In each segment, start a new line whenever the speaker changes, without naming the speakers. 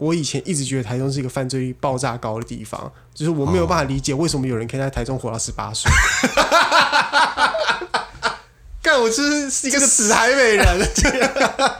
我以前一直觉得台中是一个犯罪率爆炸高的地方，就是我没有办法理解为什么有人可以在台中活到十八岁。 干，我就是是一个死台北人。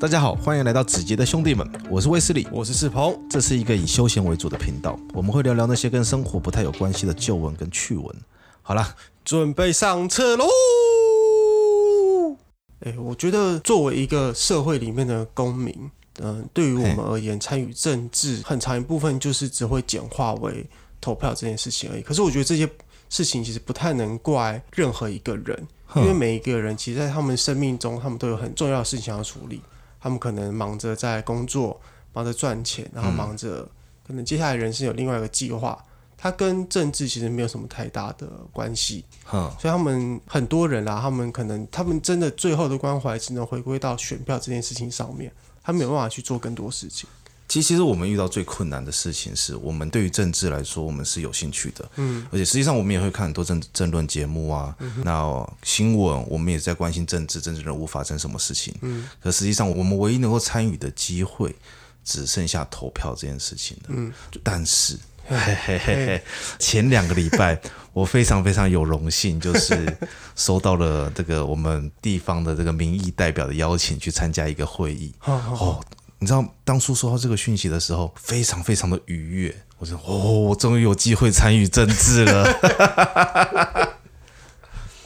大家好，欢迎来到子杰的兄弟们，我是威斯利，
我是世鹏，
这是一个以休闲为主的频道，我们会聊聊那些跟生活不太有关系的旧闻跟趣闻。好啦，
准备上车喽！哎、我觉得作为一个社会里面的公民，嗯、对于我们
嘿
而言，参与政治很长一部分就是只会简化为投票这件事情而已。可是我觉得这些事情其实不太能怪任何一个人，因为每一个人其实，在他们生命中，他们都有很重要的事情要处理。他们可能忙着在工作，忙着赚钱，然后忙着可能接下来人生有另外一个计划，它跟政治其实没有什么太大的关系。
哼，
所以他们很多人啊啦，他们可能他们真的最后的关怀只能回归到选票这件事情上面，他没有办法去做更多事情。
其实其实我们遇到最困难的事情是我们对于政治来说，我们是有兴趣的，嗯，而且实际上我们也会看很多政政论节目啊，那新闻我们也在关心政治，政治人物发生什么事情，嗯，可实际上我们唯一能够参与的机会。只剩下投票这件事情了。嗯，但是， 嘿嘿嘿嘿，前两个礼拜我非常非常有荣幸，就是收到了这个我们地方的这个民意代表的邀请，去参加一个会议。哦，你知道当初收到这个讯息的时候，非常非常的愉悦。我说，哦，我终于有机会参与政 治了。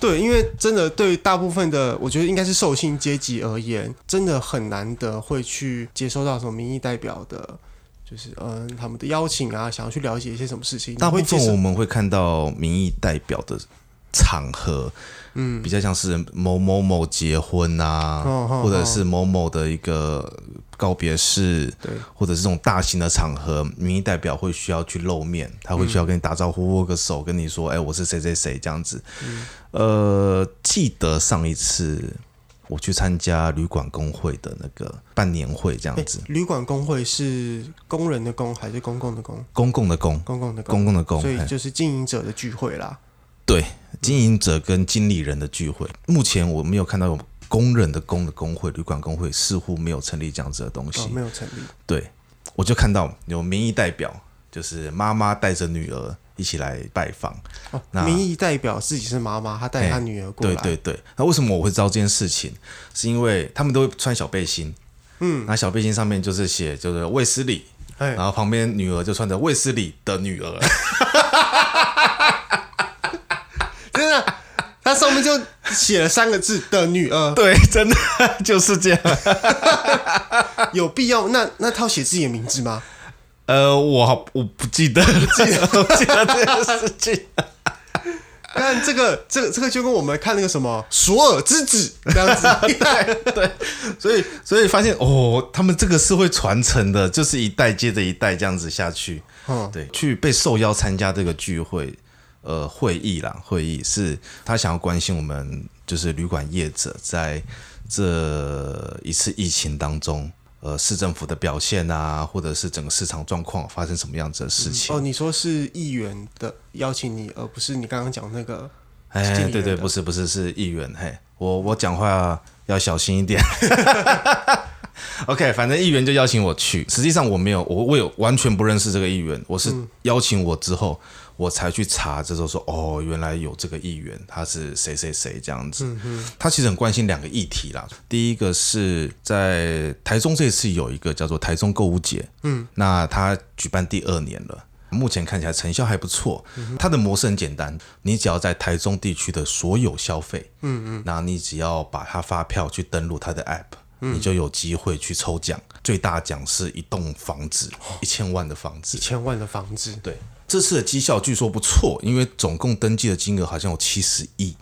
对，因为真的对于大部分的，我觉得应该是受薪阶级而言，真的很难得会去接收到什么民意代表的，就是嗯他们的邀请啊，想要去了解一些什么事情。
大部
你会接
分
受
我们会看到民意代表的场合，嗯，比较像是某某某结婚啊，
哦哦
或者是某某的一个告别式，
对
或者是这种大型的场合，民意代表会需要去露面，他会需要跟你打招呼、握个手，跟你说，哎、我是谁谁谁这样子。呃，记得上一次我去参加旅馆工会的那个办年会这样
哎
子，
旅馆工会是工人的工还是公共的公？
公共的公，
公共的公，
公共的公，哎
所以
嘿
就是经营者的聚会啦。
对，经营者跟经理人的聚会，目前我没有看到有工人的工的工会、旅馆工会似乎没有成立这样子的东西。
哦，没有成立。
对，我就看到有民意代表，就是妈妈带着女儿一起来拜访。
哦
那，
民意代表自己是妈妈，她带她
哎
女儿过来。
对对对，那为什么我会知道这件事情？是因为他们都会穿小背心，嗯，那小背心上面就是写就是卫斯理，
哎
然后旁边女儿就穿着卫斯理的女儿。
真的，它上面就写了三个字的女 儿，
对，真的就是这样。
有必要？那那她要写自己的名字吗？
呃，我好我不记得，不记得，不记得这件事情。
但这个这个这个就跟我们看那个什么《索尔之子》这样 子，
所以，所以发现哦，他们这个是会传承的，就是一代接着一代这样子下去。
嗯
对，去被受邀参加这个聚会，呃，会议啦，会议是他想要关心我们，就是旅馆业者在这一次疫情当中，呃，市政府的表现啊，或者是整个市场状况发生什么样子的事情。
哦，你说是议员的邀请你，而不是你刚刚讲那个。是经理
哎，
人
对对，
的
不是不是是议员，嘿，我我讲话要小心一点。OK，反正议员就邀请我去，实际上我没有，我我有完全不认识这个议员，我是邀请我之后，我才去查，这时候说哦，原来有这个议员，他是谁谁谁这样子。
嗯
他其实很关心两个议题啦，第一个是在台中这次有一个叫做台中购物节，嗯，那他举办第二年了。目前看起来成效还不错，它的模式很简单，你只要在台中地区的所有消费，嗯嗯，那你只要把它发票去登录它的 app，、你就有机会去抽奖，最大奖是一栋房子，一千万的房子
一，千万的房子，
对，这次的绩效据说不错，因为总共登记的金额好像有七十亿，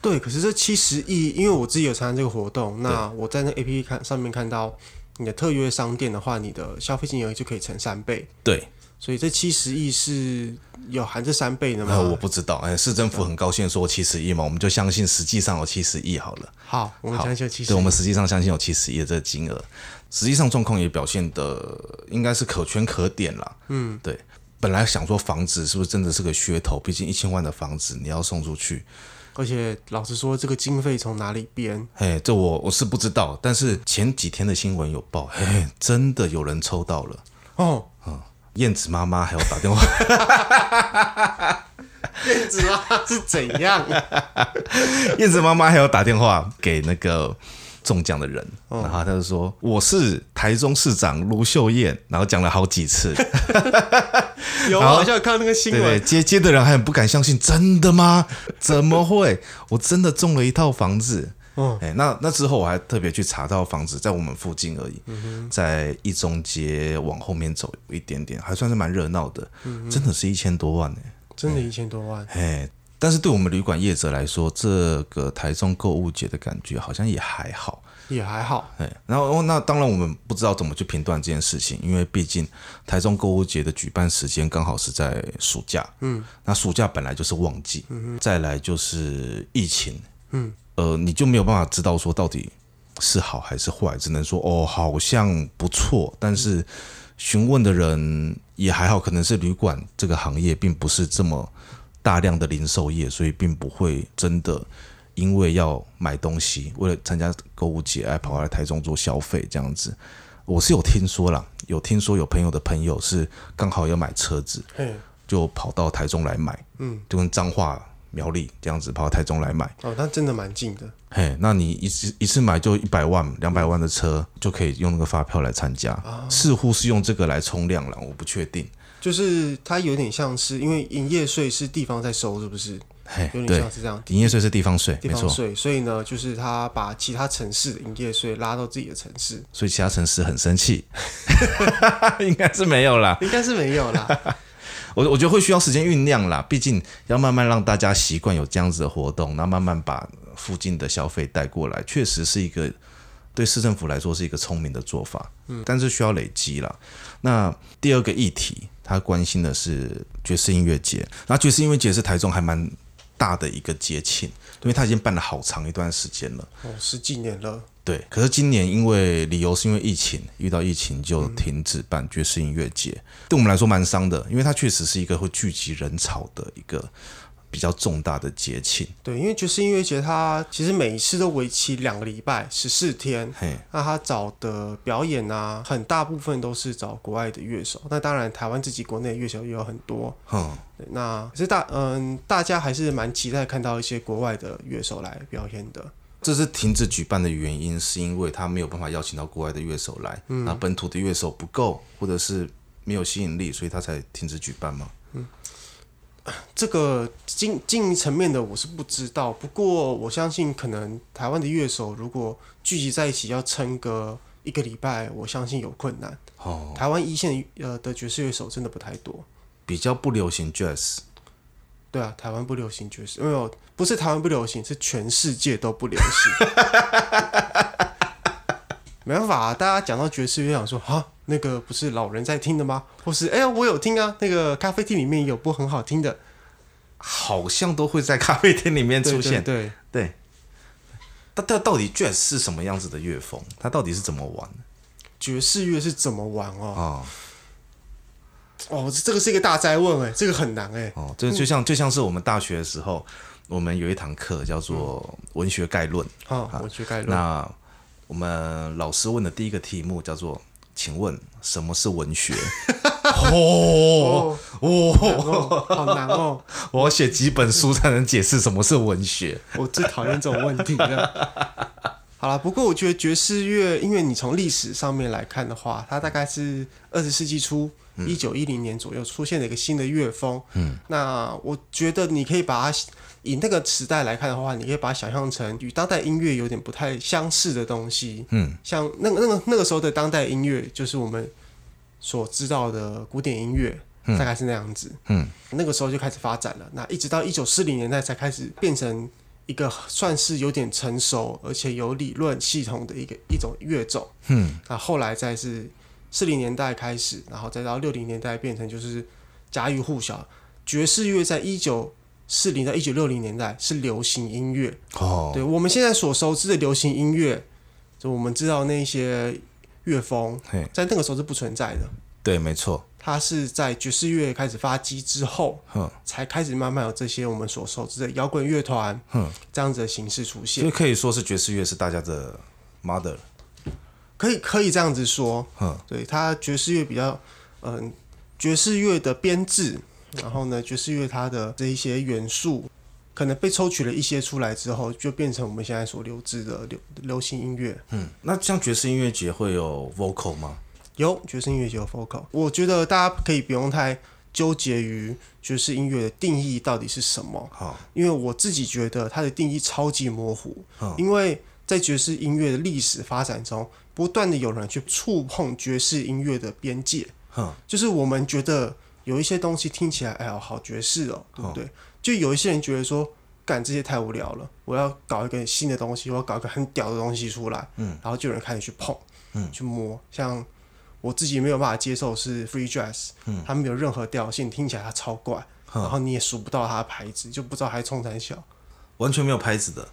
对，可是这七十亿，因为我自己有参加这个活动，那我在那 A P P 看上面看到你的特约商店的话，你的消费金额就可以乘三倍，
对，
所以这七十亿是有含这三倍的吗？
那我不知道，哎，市政府很高兴地说七十亿嘛，我们就相信实际上有七十亿好了。
好，我们
好
相信七十
对，我们实际上相信有七十亿的这个金额。实际上状况也表现的应该是可圈可点啦。嗯，对。本来想说房子是不是真的是个噱头？毕竟一千万的房子你要送出去，
而且老实说，这个经费从哪里编？
嘿，这我我是不知道。但是前几天的新闻有报，嘿，真的有人抽到了。
哦，
燕子妈妈还有打电话，
电子啊 是怎样？
燕子妈妈还有打电话给那个中奖的人，
哦
然后他就说我是台中市长卢秀燕，然后讲了好几次，
有，我好像有看到那个 新
对对，
闻，
接接的人还很不敢相信，真的吗？ 怎么会？我真的中了一套房子。
嗯
哎、那那之后我还特别去查到房子在我们附近而已，
嗯
在一中街往后面走一点点，还算是蛮热闹的，
嗯
真的是一千多万呢、
真的一千多万。
哎，但是对我们旅馆业者来说，这个台中购物节的感觉好像也还好。
也还好，
哎，然后那当然我们不知道怎么去评断这件事情，因为毕竟台中购物节的举办时间刚好是在暑假，嗯，那暑假本来就是旺季，嗯再来就是疫情，嗯，呃，你就没有办法知道说到底是好还是坏，只能说哦好像不错，但是询问的人也还好，可能是旅馆这个行业并不是这么大量的零售业，所以并不会真的因为要买东西，为了参加购物节，哎，跑来台中做消费这样子。我是有听说啦，有听说有朋友的朋友是刚好要买车子，
嘿，
就跑到台中来买，嗯，就跟彰化、苗栗这样子跑到台中来买。
哦，那真的蛮近的，
嘿，那你一次一次买就一百万、两百万的车，就可以用那个发票来参加，
啊
似乎是用这个来冲量了，我不确定。
就是它有点像是，因为营业税是地方在收，是不是？
嘿，
有点
对
像，是这样，
营业税是地方税，
地
没
方
错，
税，所以呢，就是他把其他城市的营业税拉到自己的城市，
所以其他城市很生气， 应该是没有啦。
应该是没有 啦。
我我觉得会需要时间酝酿啦，毕竟要慢慢让大家习惯有这样子的活动，然后慢慢把附近的消费带过来，确实是一个对市政府来说是一个聪明的做法，嗯，但是需要累积啦。那第二个议题，他关心的是爵士音乐节，那爵士音乐节是台中还蛮大的一个节庆，因为它已经办了好长一段时间了。
哦，十几年了，
对，可是今年因为理由是因为疫情，遇到疫情就停止办爵士音乐节，对我们来说蛮伤的，因为它确实是一个会聚集人潮的一个比较重大的节庆。
对，因为爵士音乐节它其实每一次都为期两个礼拜，十四天。
嘿，
那他找的表演啊，很大部分都是找国外的乐手。那当然，台湾自己国内的乐手也有很多。
哼，
对那可是大嗯，大家还是蛮期待看到一些国外的乐手来表演的。
这次停止举办的原因是因为他没有办法邀请到国外的乐手来，
嗯
那、本土的乐手不够，或者是没有吸引力，所以他才停止举办嘛。
这个经经营层面的我是不知道，不过我相信可能台湾的乐手如果聚集在一起要撑个一个礼拜，我相信有困难。
哦，
台湾一线呃的爵士乐手真的不太多，
比较不流行 jazz，
对啊，台湾不流行爵士，没有不是台湾不流行，是全世界都不流行。 没办法、啊，大家讲到爵士乐，想说啊，那个不是老人在听的吗？或是哎呀，我有听啊，那个咖啡厅里面有播很好听的，
好像都会在咖啡厅里面
对
出现。
对对
对，但但到底 jazz 是什么样子的乐风？它到底是怎么玩
爵士乐是怎么玩哦？
哦
哦，这这个是一个大灾问哎，这个很难哎。
哦，这就像就像是我们大学的时候，我们有一堂课叫做文学概论。
好，哦我去概论。
那我们老师问的第一个题目叫做“请问什么是文 学
哦哦，好难哦！？”
我要写几本书才能解释什么是文学。
我最讨厌这种问题了。好了，不过我觉得爵士乐，因为你从历史上面来看的话，它大概是二十世纪初
嗯
一九一零年左右出现的一个新的乐风。嗯，那我觉得你可以把它以那个时代来看的话，你可以把它想象成与当代音乐有点不太相似的东西。
嗯，
像那个那个那个时候的当代音乐，就是我们所知道的古典音乐，大概是那样子。
嗯，
那个时候就开始发展了。那一直到一九四零年代才开始变成一个算是有点成熟，而且有理论系统的一个一种乐种。
嗯，
那后来再是四零年代开始，然后再到六零年代变成就是家喻户晓。爵士乐在一九四零到一九六零年代是流行音乐，
哦，
对我们现在所熟知的流行音乐，就我们知道那些乐风，
嘿，
在那个时候是不存在的。
对，没错，
它是在爵士乐开始发迹之后，
哼，
才开始慢慢有这些我们所熟知的摇滚乐团，
嗯
这样子的形式出
所
现
以，可以说是爵士乐是大家的 mother，
可以可以这样子说，
哼，
对它爵士乐比较，嗯、爵士乐的编制，然后呢，爵士乐它的这一些元素，可能被抽取了一些出来之后，就变成我们现在所留置的流流行音乐。
嗯，那像爵士音乐节会有 vocal 吗？
有爵士音乐节有 vocal，我觉得大家可以不用太纠结于爵士音乐的定义到底是什么，
好，
因为我自己觉得它的定义超级模糊
嗯，
因为在爵士音乐的历史发展中，不断的有人去触碰爵士音乐的边界。
哼，
就是我们觉得有一些东西听起来，哎呦，好爵士哦，
嗯
对不对？就有一些人觉得说，干这些太无聊了，我要搞一个新的东西，我要搞一个很屌的东西出来，
嗯，
然后就有人开始去碰，
嗯
去摸。像我自己没有办法接受是 free jazz，
嗯
它没有任何调性，听起来它超怪，然
哼，
后你也数不到它的牌子，就不知道它冲三小。
完全没有拍子的，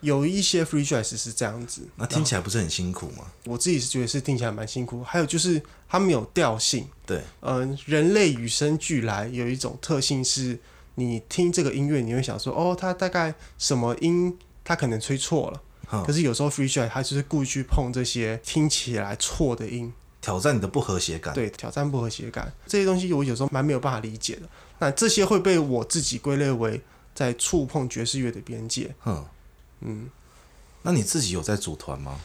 有一些 free jazz 是这样子，
那听起来不是很辛苦吗？
我自己是觉得是听起来蛮辛苦。还有就是它没有调性，
对，
嗯，人类与生俱来有一种特性是，你听这个音乐，你会想说，哦，它大概什么音，它可能吹错了。
嗯
可是有时候 free jazz 它就是故意去碰这些听起来错的音，
挑战你的不和谐感。
对，挑战不和谐感这些东西，我有时候蛮没有办法理解的。那这些会被我自己归类为在触碰爵士乐的边界。
哼，
嗯，
那你自己有在组团吗？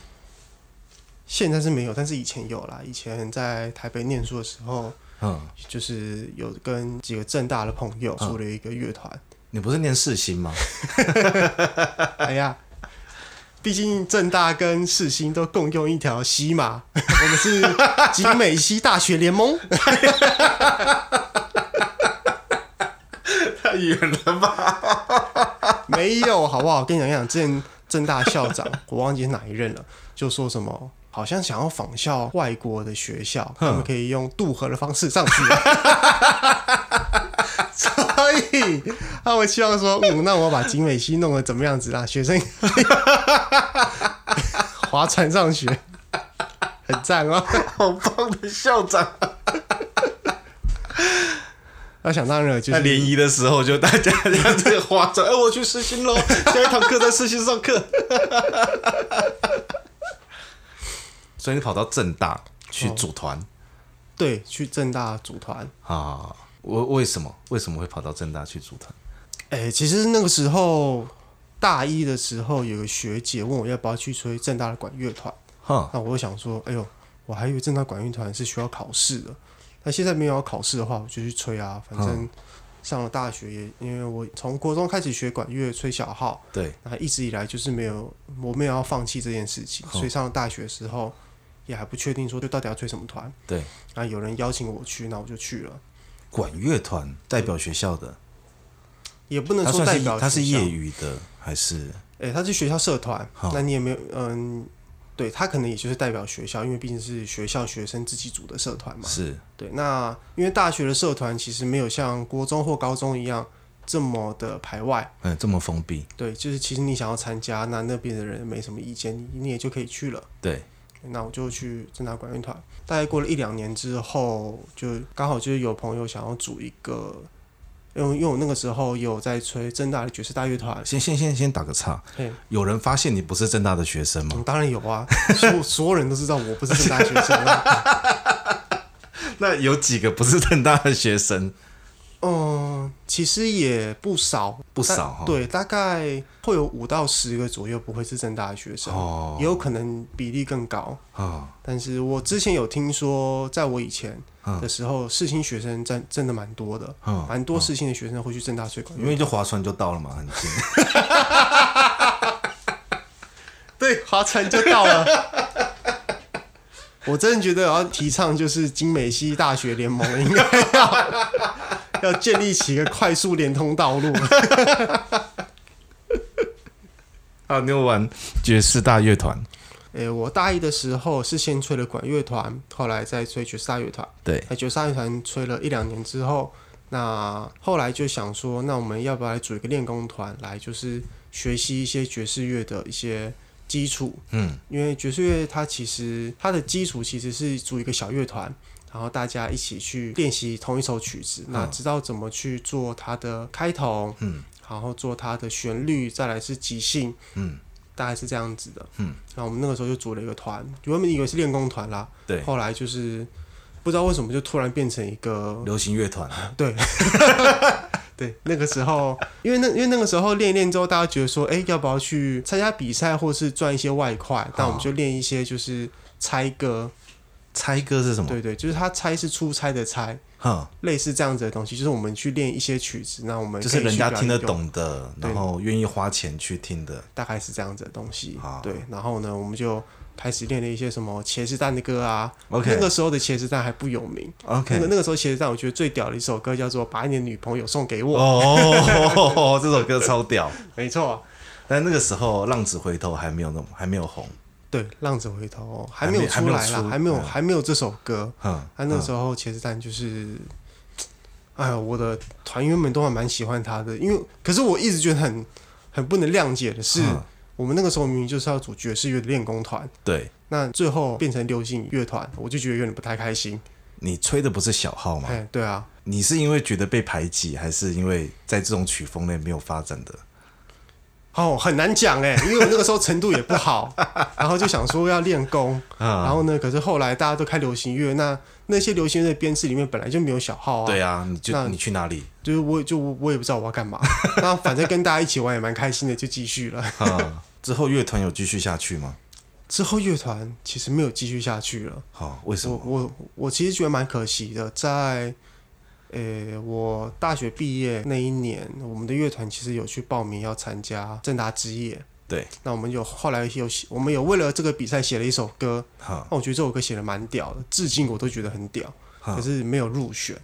现在是没有，但是以前有啦。以前在台北念书的时候，
嗯，
就是有跟几个正大的朋友
嗯
组了一个乐团。
你不是念世新吗？
哎呀，毕竟正大跟世新都共用一条溪嘛，我们是集美西大学联盟。
太远了吧？
没有，好不好？跟你讲讲，之前正大校长，我忘记是哪一任了，就说什么。好像想要仿效外国的学校，他们可以用渡河的方式上去，所以他们希望说，嗯，那我把景美溪弄得怎么样子啦？学生划船上学，很赞哦。
好棒的校 长！
那想当然了，就
在
是
联谊的时候，就大家这样子划 着，哎，我去世新喽，下一堂课在世新上课。 所以你跑到正大去组团
对去正大组团。
啊？我为什么为什么会跑到正大去组团？
哎、其实那个时候大一的时候，有个学姐问我要不要去吹正大的管乐团，
哼，
那我就想说，哎呦，我还以为正大管乐团是需要考试的，那现在没有要考试的话，我就去吹啊，反
嗯
正上了大学也，因为我从国中开始学管乐，吹小号，
对，
那一直以来就是没有，我没有要放弃这件事
嗯
情，所以上了大学的时候也还不确定说就到底要吹什么团，
对，
那有人邀请我去，那我就去了。
管乐团代表学校的，
也不能
他
说
算
代
是
表
他是
学校
业余的还是？
哎、他是学校社团
好，
那你也没有，嗯，对他可能也就是代表学校，因为毕竟是学校学生自己组的社团嘛。
是
对，那因为大学的社团其实没有像国中或高中一样这么的排外，
嗯，这么封闭，
对，就是其实你想要参加，那那边的人没什么意见，你你也就可以去了。
对，
那我就去正大管乐团，大概过了一两年之后，就刚好就是有朋友想要组一个，因为因为我那个时候也有在吹正大的爵士大乐团，
先先先先打个岔，
嘿，
有人发现你不是正大的学生吗？
嗯，当然有啊， 所有所有人都知道我不是正大学生 啊。
那有几个不是正大的 学生？
嗯，其实也不少，
不少哈
但对，大概会有五到十个左右不会是正大的学生，
哦
也有可能比例更高。
啊，
但是我之前有听说，在我以前的时候，世新学生真真的蛮多的，
嗯
蛮多世新的学生会去正大水管。
因为就划船就到了嘛，很 近。
对，划船就到了。 我真的觉得要提倡就是金美西大学联盟应该要 要建立起一个快速连通道 路。
啊，你有玩爵士大乐团？
诶、我大一的时候是先吹了管乐团，后来再吹爵士大乐团。
对，
那爵士大乐团吹了一两年之后，那后来就想说，那我们要不要来组一个练功团，来就是学习一些爵士乐的一些基础，
嗯，
因为爵士乐它其实它的基础其实是组一个小乐团，然后大家一起去练习同一首曲子，那知道怎么去做它的开头，
嗯，
然后做它的旋律，再来是即兴，
嗯，
大概是这样子的，
嗯，
然后我们那个时候就组了一个团，原本以为是练功团啦，
对
后来就是不知道为什么就突然变成一个
流行乐团，
对，对，那个时候，因为那因为那个时候练一练之后，大家觉得说，哎、要不要去参加比赛，或是赚一些外快？那我
哦
们就练一些就是猜歌，
猜歌是什么？
对对，就是他猜是出差的猜，
哼，
类似这样子的东西，就是我们去练一些曲子，那我们
就
可
是
以
人
去
家
表
听得
演用，
懂的，然后愿意花钱去听的。
大概是这样子的东西
好。
对，然后呢，我们就。开始练了一些什么茄子蛋的歌啊
OK
那个时候的茄子蛋还不有名。那个
OK，
那个时候茄子蛋，我觉得最屌的一首歌叫做《把你的女朋友送给我》。
哦， 这首歌超屌。
没错，
但那个时候《浪子回头》还没有那么还没有红，
对，《浪子回头》哦还
还
没有
没还
出
没有
来啦，
出
还没有
嗯
还没有这首歌。
哼，
他那
嗯
时候茄子蛋就是，哎呀，我的团员们都还蛮喜欢他的，因为可是我一直觉得很很不能谅解的是，
嗯
我们那个时候明明就是要组爵士乐的练功团，
对
那最后变成流行乐团，我就觉得有点不太开心。
你吹的不是小号吗？
哎，对啊，
你是因为觉得被排挤，还是因为在这种曲风内没有发展的？
哦，很难讲哎，因为我那个时候程度也不 好，然后就想说要练功，然
啊，
后呢，可是后来大家都开流行乐，那那些流行乐的编制里面本来就没有小号啊，
对啊，你就
那
你去 哪里？
就是我就我也不知道我要干 嘛，那反正跟大家一起玩也蛮开心的，就继续了。
啊，之后乐团有继续下去吗？
之后乐团其实没有继续下去了，
好，为什
我
么？
我我其实觉得蛮可惜的，在。呃、我大学毕业那一年，我们的乐团其实有去报名要参加正达之夜。
对，
那我们有后来有写我们有为了这个比赛写了一首歌，
哈，
那我觉得这首歌写的蛮屌的，至今我都觉得很屌，
嗯
可是没有入选。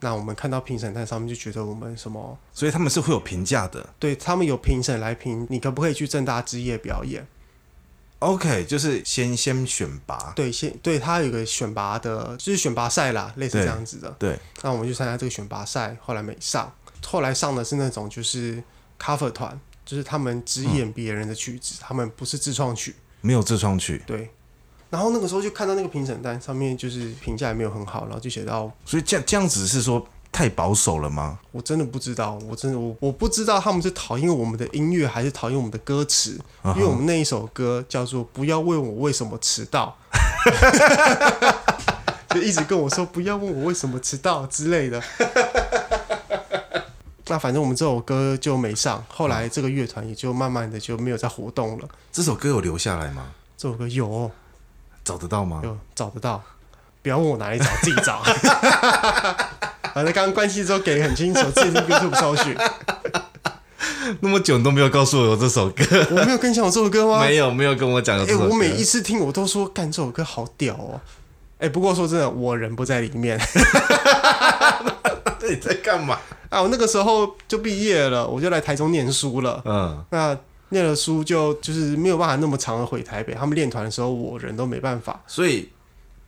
那我们看到评审单上面就觉得我们什么
所以他们是会有评价的。
对他们有评审来评，你可不可以去正大之夜表演？
OK，就是先先选拔，
对，先对他有个选拔的，就是选拔赛啦，类似
对
这样子的。
对，
那我们就参加这个选拔赛，后来没上，后来上的是那种就是 cover 团，就是他们只演别人的曲子，他们不是自创曲。
没有自创曲，
对。然后那个时候就看到那个评审单上面就是评价也没有很好，然后就写到
所以这样这样子是说太保守了吗？
我真的不知道，我真的我我不知道他们是讨厌我们的音乐还是讨厌我们的歌词，
啊
因为我们那一首歌叫做“不要问我为什么迟到”，就一直跟我说不要问我为什么迟到之类的。那反正我们这首歌就没上，后来这个乐团也就慢慢的就没有再活动了。
这首歌有留下来吗？
这首歌有哦
找得到吗？
有找得到，不要问我哪里找，自己找。 反正刚刚关系之后给的很清楚，自己去 YouTube 搜寻。
那么久你都没有告诉我有这首歌，
我没有跟你讲我这首歌吗？
没有没有跟我讲有
哎、
这首歌。
我每一次听我都说，干这首歌好屌哦。哎、不过说真的，我人不在里面
你在干嘛？
啊。我那个时候就毕业了，我就来台中念书了。
嗯，
那念了书就就是没有办法那么长的回台北。他们练团的时候，我人都没办法。
所以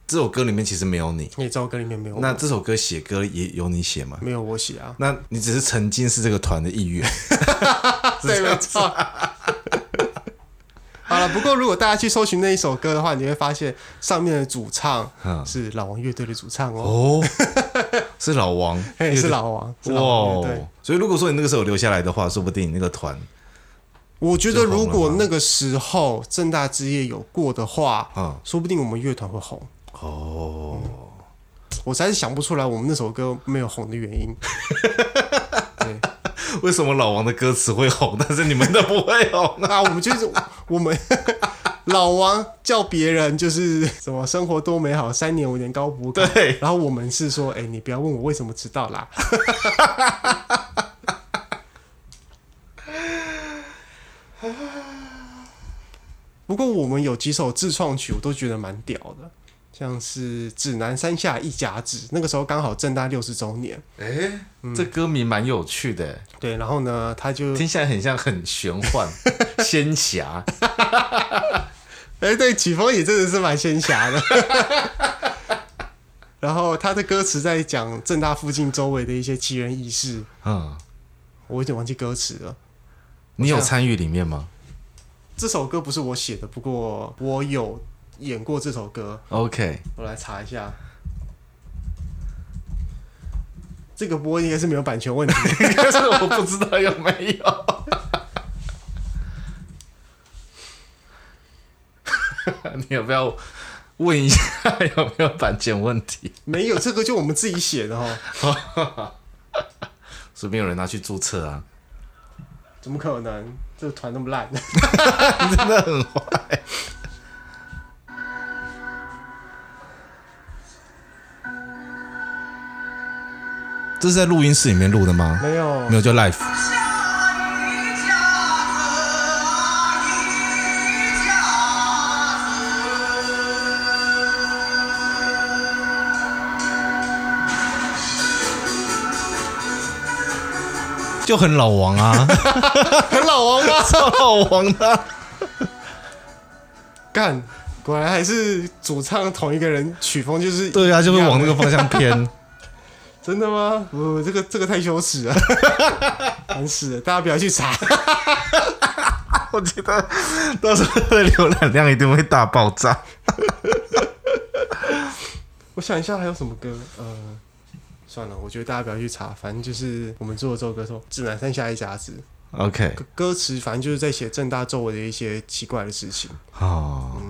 这首歌里面其实没有你。
你知道歌里面没有我
哦那这首歌写歌也有你写吗？
没有我写 啊？
那你只是曾经是这个团的一员，
对，没错。 好了，不过如果大家去搜寻那一首歌的话，你会发现上面的主唱
嗯
是老王乐队的主唱哦，
哦， 是老王，
嘿，是老王，是
哇
老王乐队。
哦！所以如果说你那个时候留下来的话，说不定你那个团
我觉得如
就红
果
了吗
那个时候正大之夜有过的话，
啊、
说不定我们乐团会红。嗯
哦，
我实在是想不出来我们那首歌没有红的原因。对，
为什么老王的歌词会红， 但是你们都不 会红？
那我们就是我们老王叫别人就是什么生活多美好，三年五年高不可。
对，
然后我们是说，哎、你不要问我为什么迟到啦。 不过我们有几首自创曲，我都觉得蛮屌的，像是《指南山下一甲子》，那个时候刚好正大六十周年，
哎、
嗯
这歌名蛮有趣的，
对，然后呢，他就
听起来很像很玄幻、 仙侠。
哎、对，曲风也真的是蛮仙侠的。 然后他的歌词在讲正大附近周围的一些奇人异事，
嗯，
我有点忘记歌词了。
你有参与里面吗？
这首歌不是我写的，不过我有演过这首歌，
OK，
我来查一下。这个播应该是没有版权问题，
但是我不知道有没有。 你要不要问一下有没有版权问题？
没有这个就我们自己写的哦，
是没有人拿去注册啊？
怎么可能？这个团那么烂，
这是在录音室里面录的吗？
没有
没有，就 live。就很老王啊，
很老王啊！
超 老王的啊、
干，果然还是主唱同一个人，曲风就是
对啊，就会
一样
往那个方向偏。
真的吗？不，这个这个太羞耻了， 烦死了！大家不要去查。
我觉得到时候的浏览量一定会大爆炸。
我想一下还有什么歌，呃，算了，我觉得大家不要去查，反正就是我们做的这首歌说指南山下一甲子，
OK，
歌歌词反正就是在写正大周围的一些奇怪的事情，
哦，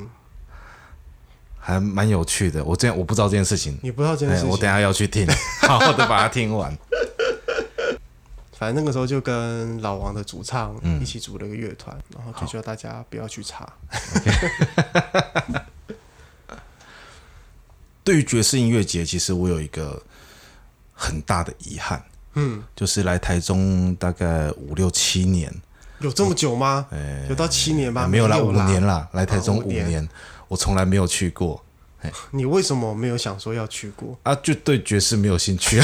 还蛮有趣的。我这样我不知道这件事情，
你不知道这件
哎，
事
我
情。
等一下要去 听，好好的把它听完。
反正那个时候就跟老王的主唱
嗯
一起组了一个乐团，然后就叫大家不要去查。
对于爵士音乐节，其实我有一个很大的遗憾，嗯，就是来台中大概五六七年，
有这么久吗？有到七年吧？
哎没有啦，
啦，
五年。啦，来台中
哦五
五
年
年，我从来没有去过
你为什么没有想说要去过？
啊，就对爵士没有兴 趣。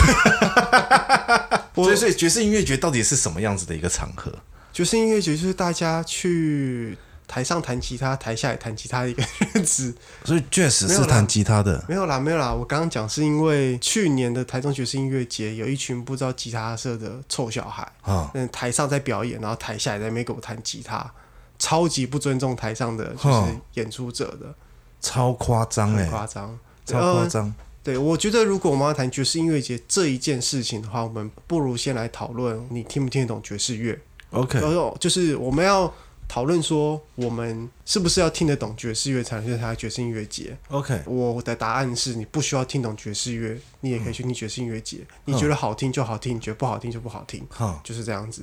所
我
以，所以爵士音乐节到底是什么样子的一个场合？
爵士音乐节就是大家去台上弹吉他，台下也弹吉他的一个日子。
所以爵士
没有
是
啦
弹吉他的，
没有啦，没有啦，我刚刚讲是因为去年的台中爵士音乐节有一群不知道吉他社的臭小孩，
啊
嗯，台上在表演，然后台下也在那边给我弹吉他，超级不尊重台上的就是
哼
演出者的，
超夸张
很
哎，
夸张。
超
呃
夸张。
对，我觉得如果我们要谈爵士音乐节这一件事情的话，我们不如先来讨论你听不听得懂爵士乐。
OK，
然后就是我们要讨论说，我们是不是要听得懂爵士乐才能去参加爵士音乐节？
OK，
我的答案是你不需要听懂爵士乐，你也可以去听爵士音乐节。你觉得好听就好听，你觉得不好听就不好听，
哈，
就是这样子。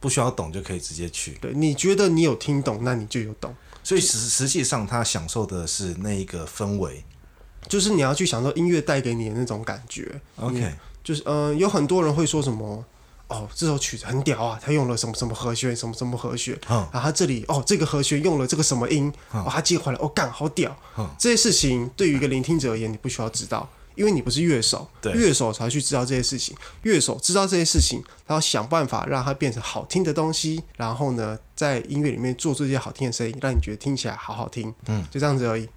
不需要懂就可以直接去。
对，你觉得你有听懂，那你就有懂。
所以实实际上，他享受的是那一个氛围。
就是你要去享受音乐带给你的那种感觉。
OK，
就是嗯、呃有很多人会说什么哦，这首曲子很屌啊，他用了什么什么和弦，什么什么和弦，
嗯
啊，他这里哦这个和弦用了这个什么音，哦他接回来，哦干好屌，
嗯
这些事情对于一个聆听者而言，你不需要知道。因为你不是乐手
对，
乐手才去知道这些事情。乐手知道这些事情，然后想办法让它变成好听的东西，然后呢，在音乐里面做出一些好听的声音，让你觉得听起来好好听。嗯，就这样子而已。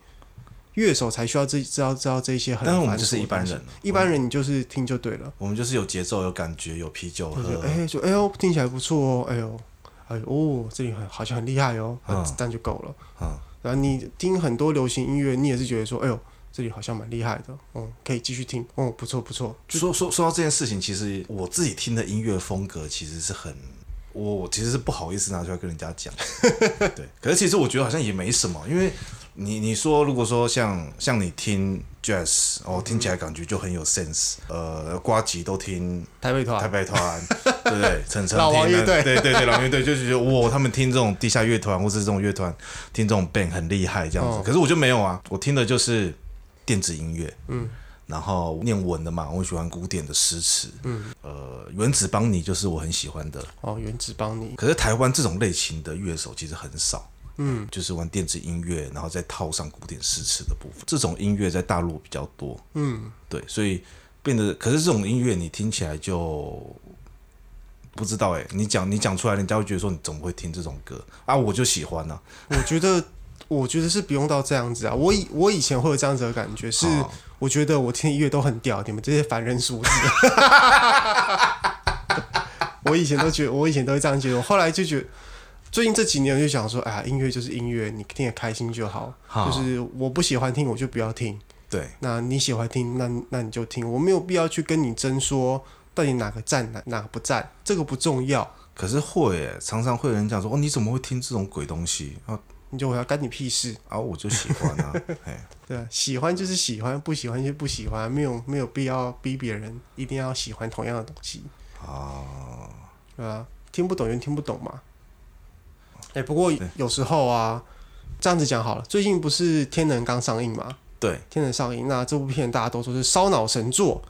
乐手才需要知知道知道这些很。
但是我们就是一般人了，
一般人你就是听就对了。
我们就是有节奏、有感觉、有啤酒
就
喝。
哎、就哎呦，听起来不错哦，哎呦，哎呦，哦，这里很好像很厉害哦，
嗯
这样就够了。
嗯
然后你听很多流行音乐，你也是觉得说，哎呦，这里好像蛮厉害的，嗯，可以继续听，哦，不错不错。
说说说到这件事情，其实我自己听的音乐风格其实是很，我我其实是不好意思拿出来跟人家讲。对，可是其实我觉得好像也没什么，因为你你说如果说像像你听 jazz，哦，听起来感觉就很有 sense，呃，瓜吉都听
台北
台
团，
北 团，对不对？晨晨
老
听
王乐
那
队
对对对，老王乐队就是觉得哇，他们听这种地下乐团或是这种乐团，听这种 band 很厉害这样子。
哦
可是我就没有啊，我听的就是电子音乐，嗯，然后念文的嘛，我喜欢古典的诗词，嗯，呃，原子邦尼就是我很喜欢的。
哦，原子邦尼，
可是台湾这种类型的乐手其实很少。嗯，就是玩电子音乐，然后再套上古典诗词的部分，这种音乐在大陆比较多。嗯，对，所以变得，可是这种音乐你听起来就不知道哎、你讲你讲出来，人家会觉得说你怎么会听这种歌啊？我就喜欢呐、
我觉得。我觉得是不用到这样子啊，我以我以前会有这样子的感觉，是
哦
我觉得我听音乐都很屌，你们这些凡人俗子。 我以前都觉得，我以前都会这样觉得，我后来就觉得，最近这几年我就想说，哎呀，音乐就是音乐，你听得开心就好。
好
就是我不喜欢听，我就不要听。
对，
那你喜欢听，那那你就听，我没有必要去跟你争说到底哪个赞哪哪个不赞，这个不重要。
可是会耶，常常会有人讲说，哦，你怎么会听这种鬼东西？啊
你就回答干你屁事，
啊，我就喜欢 啊，哎，
对啊，喜欢就是喜欢，不喜欢就是不喜欢，没有没有必要逼别人一定要喜欢同样的东西，
哦，
对啊，听不懂就听不懂嘛。哎、不过
对
有时候啊，这样子讲好了，最近不是《天能》刚上映嘛，
对，
《天能》上映，那这部片大家都说是烧脑神作，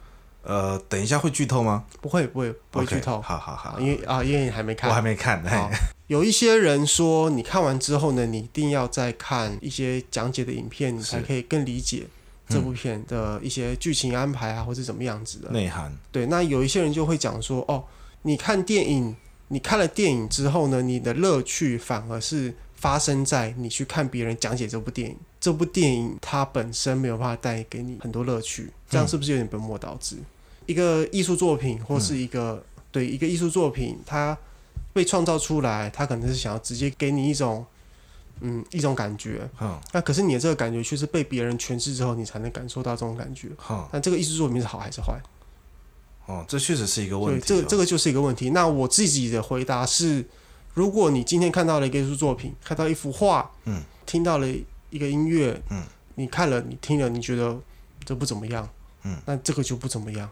呃，等一下会剧透吗？
不会不会不会
OK，
剧透
好好好
啊，，因为啊因为你还没看
我，还没看，
好
嘿，
有一些人说，你看完之后呢，你一定要再看一些讲解的影片，你才可以更理解这部片的一些剧情安排啊，或是怎么样子的。
内涵，
对，那有一些人就会讲说，哦，你看电影，你看了电影之后呢，你的乐趣反而是发生在你去看别人讲解这部电影，这部电影它本身没有办法带给你很多乐趣，这样是不是有点本末倒置？一个艺术作品或是一个、对一个艺术作品，它被创造出来，它可能是想要直接给你一种。嗯，一种感觉，
哼
那可是你的这个感觉却是被别人诠释之后，你才能感受到这种感觉。
哼，
那这个艺术作品是好还是坏？
哦，这确实是一个
对，
问题
这
哦，
个这个就是一个问题。那我自己的回答是：如果你今天看到了一个艺术作品，看到一幅画，
嗯，
听到了一个音乐，
嗯，
你看了，你听了，你觉得这不怎么样，
嗯，
那这个就不怎么样。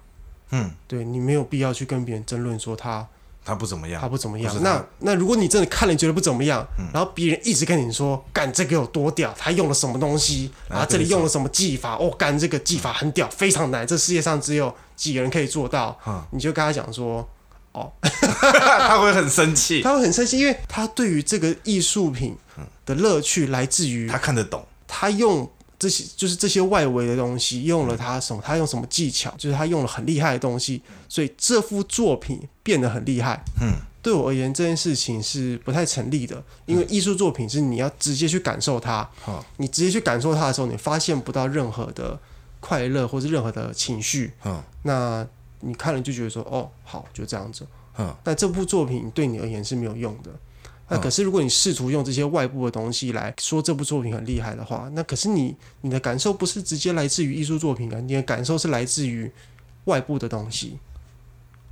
嗯，
对你没有必要去跟别人争论说他
他不怎么
他
样，嗯
不怎么样
不。是
那
他
那如果你真的看了觉得不怎么样，然后别人一直跟你说干这个有多屌，他用了什么东西，
然
然
后
后这
跟
里
你
用了什么技法，哦干这个技法很屌，非常难，这世界上只有几个人可以做到，
嗯
你就跟他讲说。
他会很生气，
他会很生气，因为他对于这个艺术品的乐趣来自于
他看得懂，
他用这些就是这些外围的东西，用了他
嗯
什么，他用什么技巧，就是他用了很厉害的东西，所以这幅作品变得很厉害。
嗯，
对我而言，这件事情是不太成立的，因为艺术作品是你要直接去感受它，
嗯
你直接去感受它的时候，你发现不到任何的快乐或是任何的情绪，
嗯
那你看了就觉得说，哦，好，就这样子。
嗯
那这部作品对你而言是没有用的。那可是如果你试图用这些外部的东西来说这部作品很厉害的话，那可是你你的感受不是直接来自于艺术作品啊，你的感受是来自于外部的东西。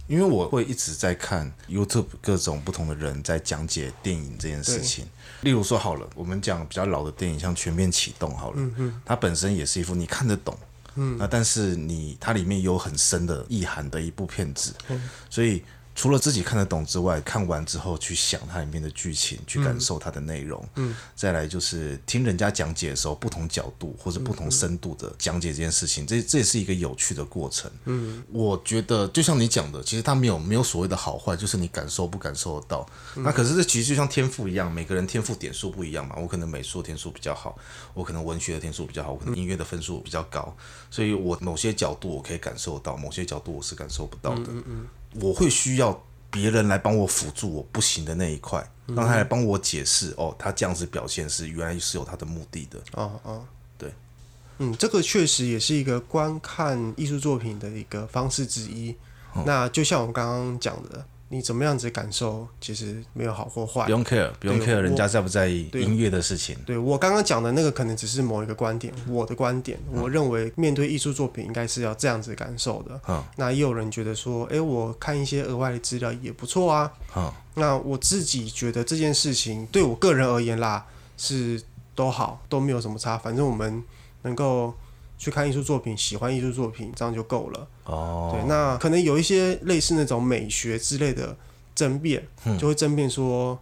因为我会一直在看 YouTube 各种不同的人在讲解电影这件事情。例如说，好了，我们讲比较老的电影，像《全面启动》好了，
嗯
它本身也是一部你看得懂，嗯，那但是你它里面有很深的意涵的一部片子，所以。除了自己看得懂之外，看完之后去想它里面的剧情，去感受它的内容。嗯，再来就是听人家讲解的时候，不同角度或者不同深度的讲解这件事情，这这也是一个有趣的过程。我觉得就像你讲的，其实它没有没有所谓的好坏，就是你感受不感受得到。那可是这其实就像天赋一样，每个人天赋点数不一样嘛。我可能美术的天数比较好，我可能文学的天数比较好，我可能音乐的分数比较高，所以我某些角度我可以感受到，某些角度我是感受不到的。我会需要别人来帮我辅助我不行的那一块，让他来帮我解释哦，他这样子表现是原来是有他的目的的。
哦哦，
对，
嗯，这个确实也是一个观看艺术作品的一个方式之一。那就像我们刚刚讲的，你怎么样子感受，其实没有好或坏
不。用 care，不用
对
care
我
人家在不在意
对
音乐的事情。
对我刚刚讲的那个，可能只是某一个观点，我的观点，
嗯
我认为面对艺术作品应该是要这样子感受的。
嗯
那也有人觉得说，诶，我看一些额外的资料也不错啊。
嗯
那我自己觉得这件事情对我个人而言啦，是都好，都没有什么差，反正我们能够去看艺术作品，喜欢艺术作品，这样就够了。
哦，
对，那可能有一些类似那种美学之类的争辩，
嗯
就会争辩说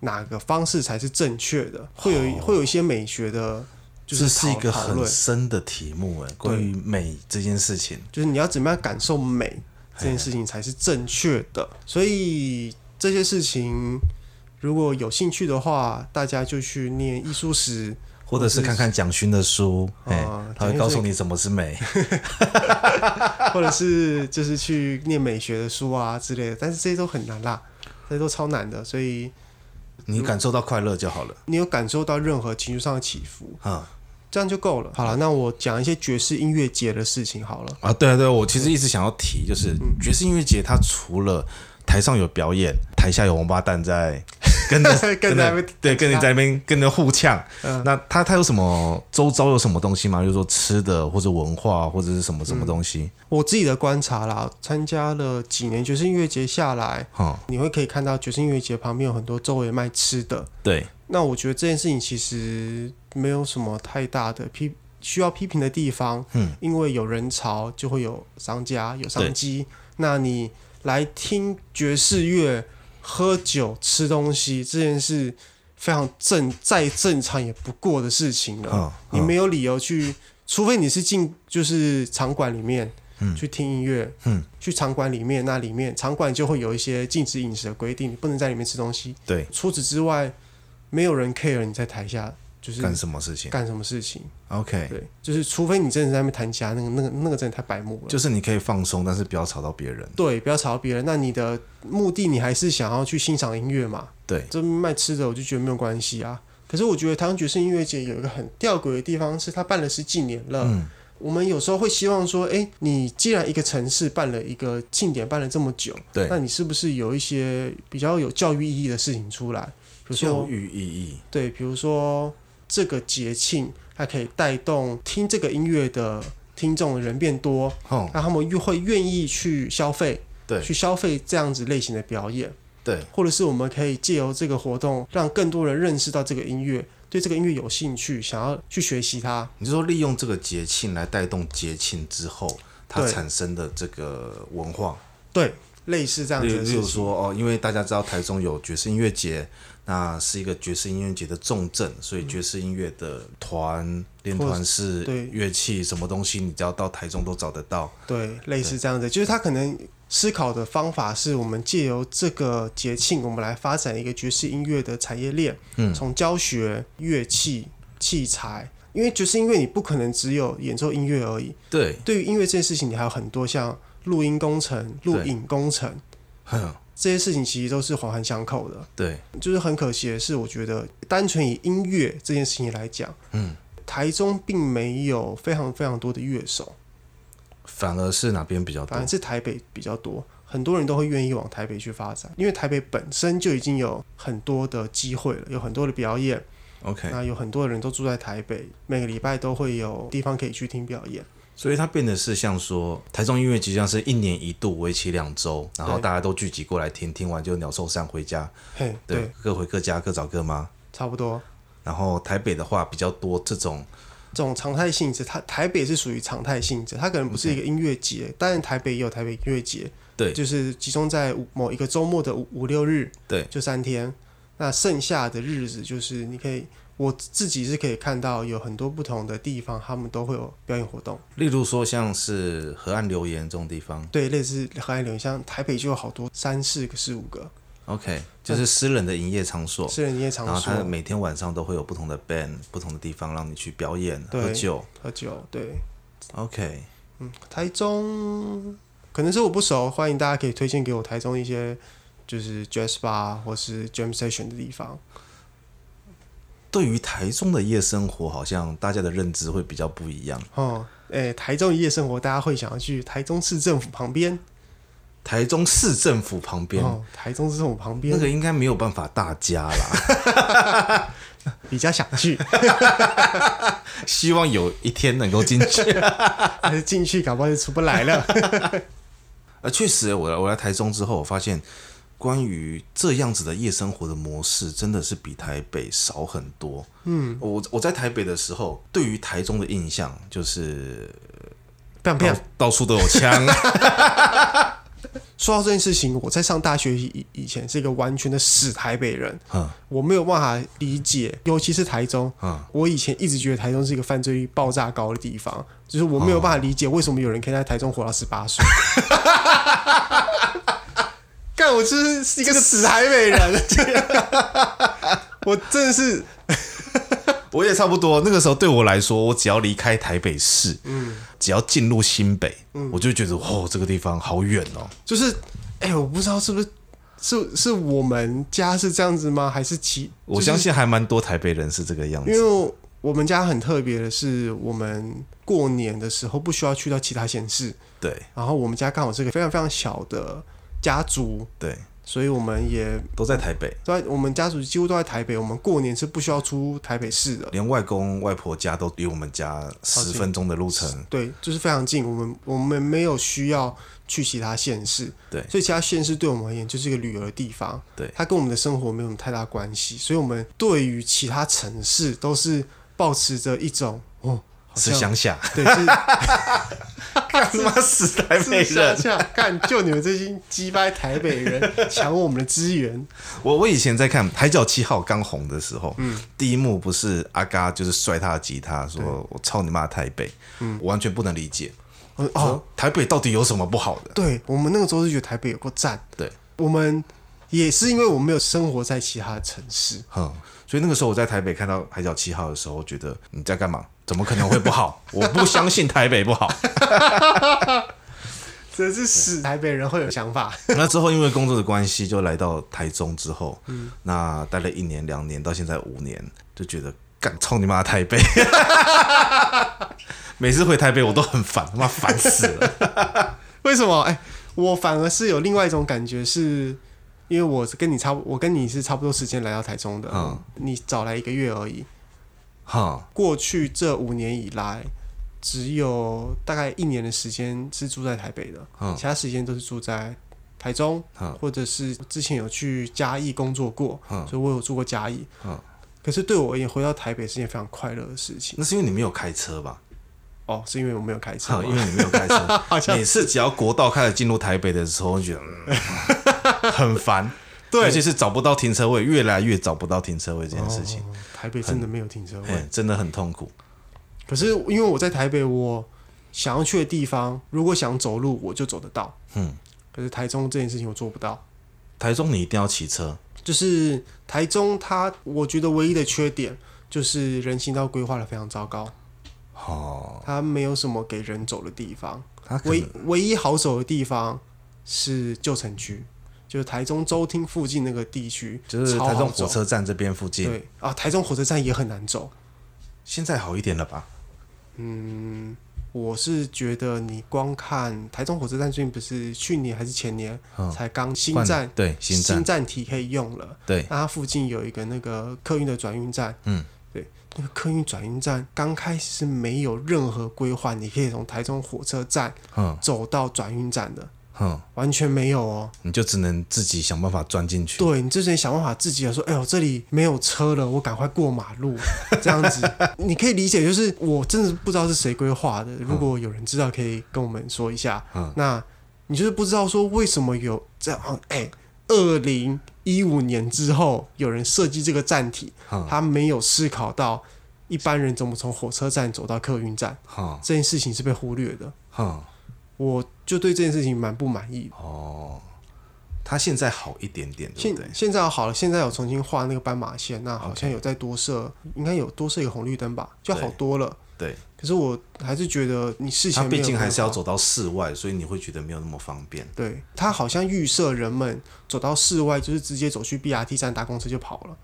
哪个方式才是正确的，会有一会有一些美学的，就
哦这
是
是一
讨
个
讨
很
论，
深的题目哎，关于美这件事情，
就是你要怎么样感受美这件事情才是正确的，所以这些事情。如果有兴趣的话，大家就去念艺术史，
或者是看看蒋勋的书，哎、
哦
他会告诉你什么是 美。
或者是就是去念美学的书啊之类的。但是这些都很难啦，这些都超难的。所以
你感受到快乐就好了
你有感受到任何情绪上的起伏，
啊、
这样就够了。好了，那我讲一些爵士音乐节的事情好了。
啊！对啊，对啊，我其实一直想要提，
嗯
就是爵士音乐节，它除了台上有表演，台下有王八蛋在跟着
跟着那边
对跟你在那边跟着互呛。
嗯
那他他有什么周遭有什么东西吗？就是说吃的或者文化或者是什么
嗯
什么东西？
我自己的观察啦，参加了几年爵士音乐节下来，
哈、
你会可以看到爵士音乐节旁边有很多周围卖吃的。
对，
那我觉得这件事情其实没有什么太大的批需要批评的地方，
嗯，
因为有人潮就会有商家有
对
商机。那你来听爵士乐、喝酒、吃东西这件事，非常正再正常也不过的事情了。
嗯，
你
嗯
没有理由去，除非你是进就是场馆里面，
嗯
去听音乐，
嗯，
去场馆里面，那里面场馆就会有一些禁止饮食的规定，你不能在里面吃东西。
对，
除此之外，没有人 care 你在台下就是
干什么哎事情
干什么事情，
？OK，
对，就是除非你真的在那边弹吉他，那个那个那个真的太白目了。
就是你可以放松，但是不要吵到别人。
对，不要吵到别人。那你的目的，你还是想要去欣赏音乐嘛？
对
这卖吃的，我就觉得没有关系啊。可是我觉得台湾爵士音乐节有一个很吊诡的地方，是它办了十几年了。
嗯
我们有时候会希望说，诶，你既然一个城市办了一个庆典，办了这么久，
对
那你是不是有一些比较有教育意义的事情出来？比如
教
说，
育意义，
对，比如说这个节庆，它可以带动听这个音乐的听众的人变多，
哦，
那他们又会愿意去消费，
对
去消费这样子类型的表演，
对，
或者是我们可以借由这个活动，让更多人认识到这个音乐，对这个音乐有兴趣，想要去学习它。
你就说利用这个节庆来带动节庆之后它
对
产生的这个文化，
对，类似这样
例
子
如
的
例
事
如
情。
说哦，因为大家知道台中有爵士音乐节，那是一个爵士音乐节的重镇，所以爵士音乐的团、练团式
对
乐器什么东西，你只要到台中都找得到。
对，类似这样子，就是他可能思考的方法是我们借由这个节庆，我们来发展一个爵士音乐的产业链，
嗯
从教学、乐器、器材。因为爵士音乐，你不可能只有演奏音乐而已。
对，
对于音乐这件事情，你还有很多像录音工程、录
对
影工程
哼，
这些事情，其实都是环环相扣的。
对，
就是很可惜的是，我觉得单纯以音乐这件事情来讲，
嗯，
台中并没有非常非常多的乐手，
反而是哪边比较多
反正？是台北比较多，很多人都会愿意往台北去发展，因为台北本身就已经有很多的机会了，有很多的表演，
OK，
那有很多人都住在台北，每个礼拜都会有地方可以去听表演。
所以它变得是像说，台中音乐节像是一年一度，为期两周，然后
对
大家都聚集过来听，听完就鸟兽散回家，
嘿，
对，
对，
各回各家，各找各妈。
差不多。
然后台北的话比较多这种，
这种常态性质，它台北是属于常态性质，它可能不是一个音乐节，当然台北也有台北音乐节，
对
就是集中在五某一个周末的五五六日，
对
就三天。那剩下的日子就是你可以，我自己是可以看到有很多不同的地方，他们都会有表演活动，
例如说像是河岸留言这种地方
对，类似河岸留言，像台北就有好多三四个、四五个
，OK，就是私人的营业场所，
私人营业场
哦然后它
所
每天晚上都会有不同的 band，不同的地方让你去表演、
对
喝酒
喝酒，对，
，OK，
嗯，台中可能是我不熟，欢迎大家可以推荐给我台中一些就是 jazz bar 或是 jam session 的地方。
对于台中的夜生活，好像大家的认知会比较不一样。
哦，诶、台中夜生活，大家会想要去台中市政府旁边。
台中市政府旁边、
哦，台中市政府旁边
嗯那个应该没有办法大家啦，
比较想去，
希望有一天能够进去。
但是进去搞不好就出不来 了。
啊，确实，我来我来台中之后，我发现关于这样子的夜生活的模式，真的是比台北少很多。嗯，我我在台北的时候，对于台中的印象就是
不想不
到
想。
到处都有枪。
说到这件事情，我在上大学以以前是一个完全的死台北人，
嗯
我没有办法理解，尤其是台中。
嗯
我以前一直觉得台中是一个犯罪率爆炸高的地方，就是我没有办法理解为什么有人可以在台中活到十八岁。干，我就是一个死台北人，我真的是
我也差不多。那个时候对我来说，我只要离开台北市，嗯，只要进入新北，
嗯
我就觉得哦，这个地方好远哦。
就是，哎、我不知道是不是是是我们家是这样子吗？还是其
我相信还蛮多台北人是这个样
因
子。
为我们家很特别的是，我们过年的时候不需要去到其他县市，
对
然后我们家刚好是个非常非常小的家族，
对，
所以我们也
都在台北，
都在我们家族几乎都在台北，我们过年是不需要出台北市的。
连外公外婆家都离我们家十分钟的路程。
对，就是非常近，我们我们没有需要去其他县市，
对
所以其他县市对我们而言就是一个旅游的地方，
对
它跟我们的生活没有什么太大关系，所以我们对于其他城市都是保持着一种哦，好
是
像
乡下，
对，是
干嘛死台北
是乡
人？
下，干就你们这些鸡掰台北人抢我们的资源，
我我以前在看《海角七号》刚红的时候，嗯，第一幕不是阿嘎就是摔他的吉他，说我操你妈台北，嗯，我完全不能理解，
我
哦
哦，，
台北到底有什么不好的？
对我们那个时候就觉得台北有过赞，
对，
我们也是因为我们没有生活在其他的城市，
嗯，所以那个时候我在台北看到《海角七号》的时候，觉得你在干嘛？怎么可能会不好？我不相信台北不好。
这是死台北人会有想法，
那之后因为工作的关系，就来到台中之后，那待了一年、两年，到现在五年，就觉得干操你妈台北！ 每次回台北我都很烦，他妈烦死了。
为什么？哎、我反而是有另外一种感觉是。因为我是跟你差不，我跟你是差不多时间来到台中的，
嗯
你早来一个月而已。
哈、
过去这五年以来，只有大概一年的时间是住在台北的，
嗯
其他时间都是住在台中，
嗯
或者是之前有去嘉义工作过，
嗯
所以我有住过嘉义。
嗯
可是对我而言，回到台北是件非常快乐的事情。
那是因为你没有开车吧？
哦，是因为我没有开车
哈，因
吗？
为你没有开车，
好像
每次只要国道开始进入台北的时候，我就觉得、 嗯、很烦。
对
尤其是找不到停车位，越来越找不到停车位这件事情，
哦台北真的没有停车位。
嗯，真的很痛苦。
可是因为我在台北，我想要去的地方，如果想走路，我就走得到。
嗯，
可是台中这件事情我做不到。
台中你一定要骑车，
就是台中它，我觉得唯一的缺点就是人行道规划的非常糟糕，
哦，
它没有什么给人走的地方。
它可
唯
能
唯一好走的地方是旧城区，就是台中州厅附近那个地区，
就是
超
台
好
中火
走。
车站这边附近，
对啊，台中火车站也很难走。
现在好一点了吧？
我是觉得你光看台中火车站最近不是去年还是前年、
嗯
才刚新
换
站
对新站
新站体可以用了，
对，
那它附近有一个那个客运的转运站，
嗯，
对，那个客运转运站刚开始是没有任何规划，你可以从台中火车站
嗯
走到转运站的，
嗯，
完全没有哦。
你就只能自己想办法钻进去。
对你之前想办法自己说，哎呦这里没有车了，我赶快过马路， 这样子，你可以理解，就是我真的不知道是谁规划的，如果有人知道，可以跟我们说一下。
嗯
那你就是不知道说为什么有这样，哎，二零一五年之后有人设计这个站体，
哈
他没有思考到一般人怎么从火车站走到客运站，
哈
这件事情是被忽略的。
哈
我就对这件事情蛮不满意的。
哦，它现在好一点点，对
现
不对？
现在好了，现在有重新画那个斑马线，那好像有再多设应该有多设一个红绿灯吧，就好多了。
对，
可是我还是觉得你事
它
前没
毕
有
竟还是要
规划
走到室外，所以你会觉得没有那么方便。
对他好像预设人们走到室外就是直接走去 BRT 站搭公车就跑了，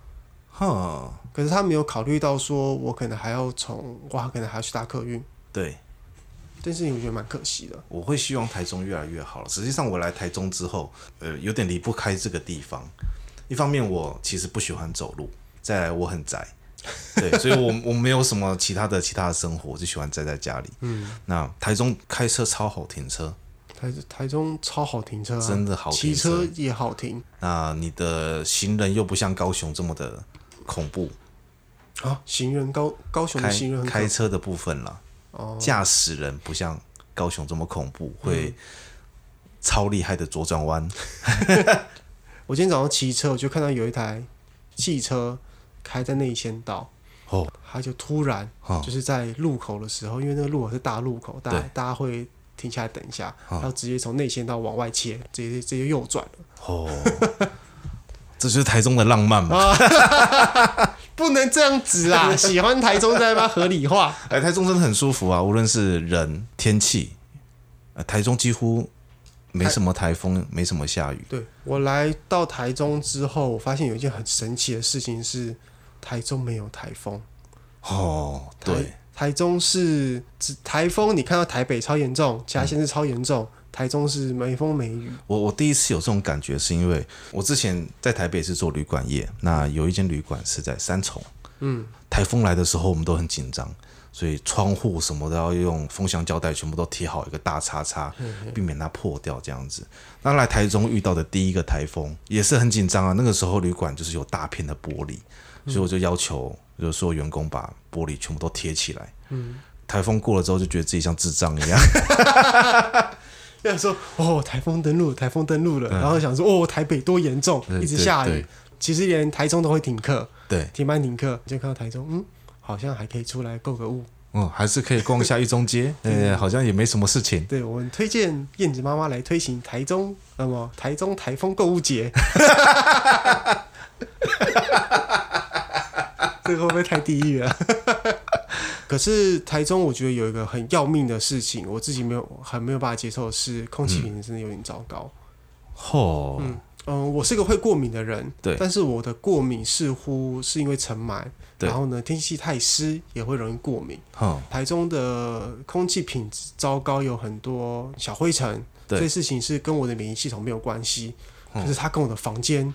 哈，
可是他没有考虑到说我可能还要从哇，可能还要去搭客运，
对，
这件事情我觉得蛮可惜的。
我会希望台中越来越好。实际上，我来台中之后，呃，有点离不开这个地方。一方面，我其实不喜欢走路；再来，我很宅，对， 所以我我没有什么其他的其他的生活，我就喜欢宅在家里。嗯，那台中开车超好停车，
台台中超好停车、啊，
真的好停
骑
车
车也好停
那你的行人又不像高雄这么的恐怖，
啊。行人高高雄
开
的行人很可
开车的部分啦，
哦，嗯
驾驶人不像高雄这么恐怖，会超厉害的左转弯。
我今天早上骑车，我就看到有一台汽车开在内线道，
哦，
它就突然
哦
就是在路口的时候，因为那个路口是大路口，大家
对
大家会停下来等一下，
哦
然后直接从内线道往外切，直接直接右转了，
哦， 这就是台中的浪漫
啊
嘛。
不能这样子 啦！喜欢台中在那边合理化，
哎，台中真的很舒服啊，无论是人、天气，呃，台中几乎没什么台风，没什么下雨。
对我来到台中之后，我发现有一件很神奇的事情是，台中没有台风。
哦，
台
对，
台中是只台风，你看到台北超严重，其他县市超严重，台中是没风没雨，
我我第一次有这种感觉，是因为我之前在台北是做旅馆业，那有一间旅馆是在三重，嗯，台风来的时候我们都很紧张，所以窗户什么都要用风箱胶带全部都贴好一个大叉叉，避免它破掉这样子。那来台中遇到的第一个台风也是很紧张啊，那个时候旅馆就是有大片的玻璃，所以我就要求就是所有员工把玻璃全部都贴起来，嗯。台风过了之后，就觉得自己像智障一样，
要说哦，台风登陆，台风登陆了，然后想说哦，台北多严重，
嗯对
一直下雨
对对，
其实连台中都会停课，
对，
停班停课，你就看到台中，嗯，好像还可以出来购个物。
嗯，还是可以逛一下一中 街，呃，好像也没什么事情。
对我们推荐燕子妈妈来推行台中，那么台中台风购物节， 这个会不会太地狱了？ 可是台中，我觉得有一个很要命的事情，我自己没有很没有办法接受的是，空气品质真的有点糟糕。
吼、
嗯，我是个会过敏的人，
对
但是我的过敏似乎是因为尘霾，
对
然后呢，天气太湿也会容易过敏。
哼，
台中的空气品质糟糕，有很多小灰尘，
对嗯
这些事情是跟我的免疫系统没有关系，可是它跟我的房间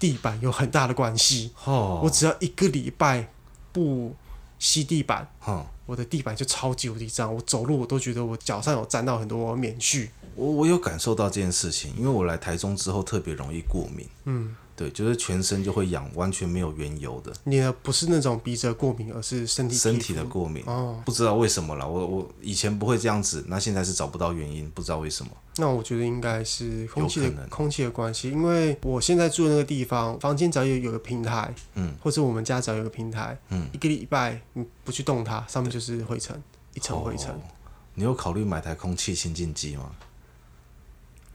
地板有很大的关系。
吼，
我只要一个礼拜不吸地板，
哼，
我的地板就超级无敌脏，我走路我都觉得我脚上有沾到很多棉絮。
我我有感受到这件事情，因为我来台中之后特别容易过敏，
嗯，
对，就是全身就会痒，完全没有缘由的
你呢不是那种鼻着过敏，而是身体
身
皮
体的
肤
过敏，
哦。
不知道为什么啦，我我以前不会这样子，那现在是找不到原因，不知道为什么。
那我觉得应该是空气
有可
的
能
空气的关系，因为我现在住的那个地方，房间只要有有个平台，
嗯，
或者我们家只要有个平台，
嗯，
一个礼拜你不去动它，上面就是灰尘，一层灰尘
哦。你有考虑买台空气清净机 吗？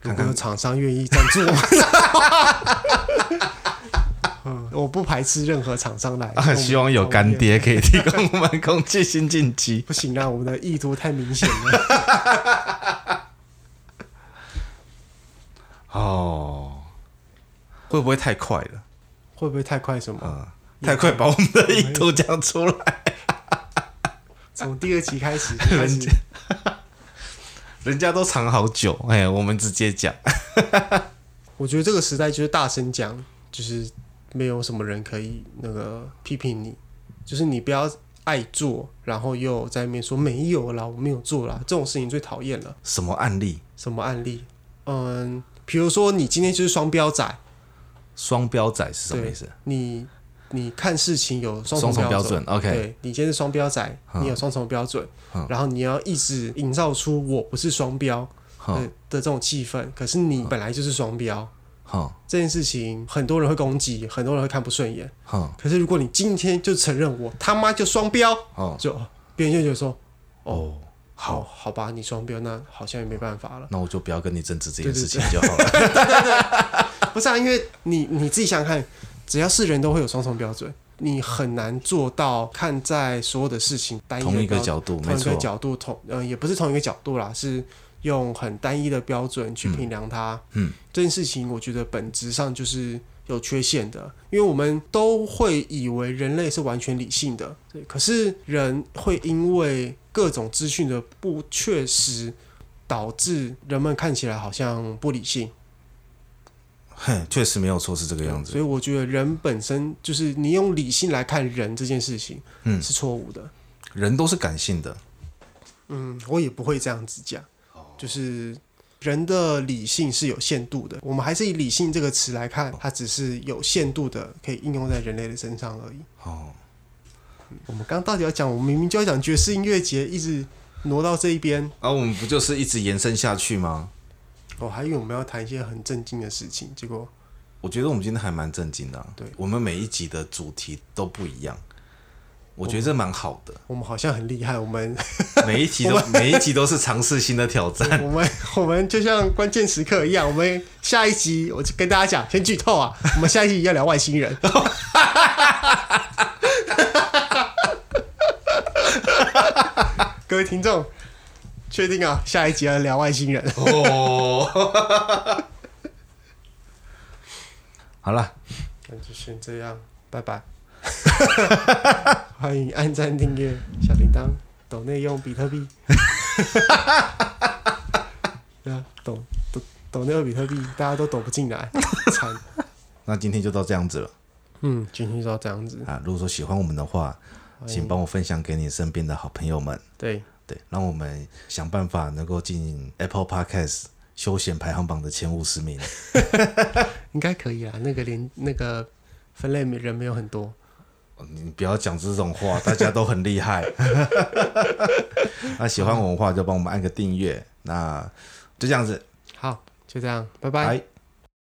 如
看
果
看
有厂商愿意赞助我们的话， 嗯，我不排斥任何厂商来跟我
啊
们讨论。
爹可以提供我们空气清净机。
不行啊啦，我们的意图太明显了。
哦，会不会太快了？
会不会太快？什么？
嗯，太快把我们的意图讲出来，
从第二集开 始就开
人
始
家人家都藏好久，哎，我们直接讲。
我觉得这个时代就是大声讲，就是没有什么人可以那个批评你，就是你不要爱做，然后又在那边说没有啦，我没有做啦，这种事情最讨厌了。
什么案例？
什么案例？嗯，比如说你今天就是双标仔，
双标仔是什么
对
意思？
你你看事情有双
双重
标
标准，OK 嗯
对你今天是双标仔，你有双重标准，然后你要一直营造出我不是双标的
哼
的这种气氛，可是
嗯
你本来就是双标。
哼
这件事情很多人会攻击，很多人会看不顺眼。
哼
可是如果你今天就承认我他妈就双标，
哦
就别人就觉得说，
哦，
好好吧，你双标，那好像也没办法了。
那我就不要跟你争执这
对对
件事情就 好了。
不是啊，因为你你自己想想看，只要是人都会有双重标准，你很难做到看在所有的事情单一的
同一个
标
角度，
同
没
一个
错，
角度同呃也不是同一个角度啦，是用很单一的标准去评量它。
嗯，
这件事情我觉得本质上就是有缺陷的，因为我们都会以为人类是完全理性的，对，可是人会因为各种资讯的不确实，导致人们看起来好像不理性。
哼，确实没有错，是这个样
所
子。
以我觉得人本身就是你用理性来看人这件事情，
嗯
是错误的。
人都是感性的，
嗯，我也不会这样子讲，就是人的理性是有限度的，我们还是以理性这个词来看，它只是有限度的，可以应用在人类的身上而已。
哦，
我们刚刚到底要讲，我们明明就要讲爵士音乐节，一直挪到这一边，
啊，我们不就是一直延伸下去吗？
我、还以为我们要谈一些很震惊的事情，结果
我觉得我们今天还蛮震惊的、啊。
对
我们每一集的主题都不一样，我觉得这蛮好的。
我们好像很厉害，我们
每 一集都每一集都是尝试新的挑战。
我们我们就像关键时刻一样，我们下一集我就跟大家讲，先剧透啊，我们下一集要聊外星人。 各位听众，确定啊，下一集要聊外星人。
哦，好了，
那就先这样，拜拜。 欢迎按赞、订阅、小 铃铛，抖内用比特币。对啊，抖我那个比特币大家都抖不进来，惨。
那今天就到这样子了
嗯，今天就到这样子，
啊！如果说喜欢我们的话，请帮我分享给你身边的好朋友们，
哎对，
对，让我们想办法能够进 Apple Podcast 休闲排行榜的前五十名。
应该可以啦。那个连那个分类人没有很多，
哦你不要讲这种话，大家都很厉害。 那喜欢我们的话，就帮我们按个订阅。那就这样子，
好，就这样，拜
拜
拜。
拜。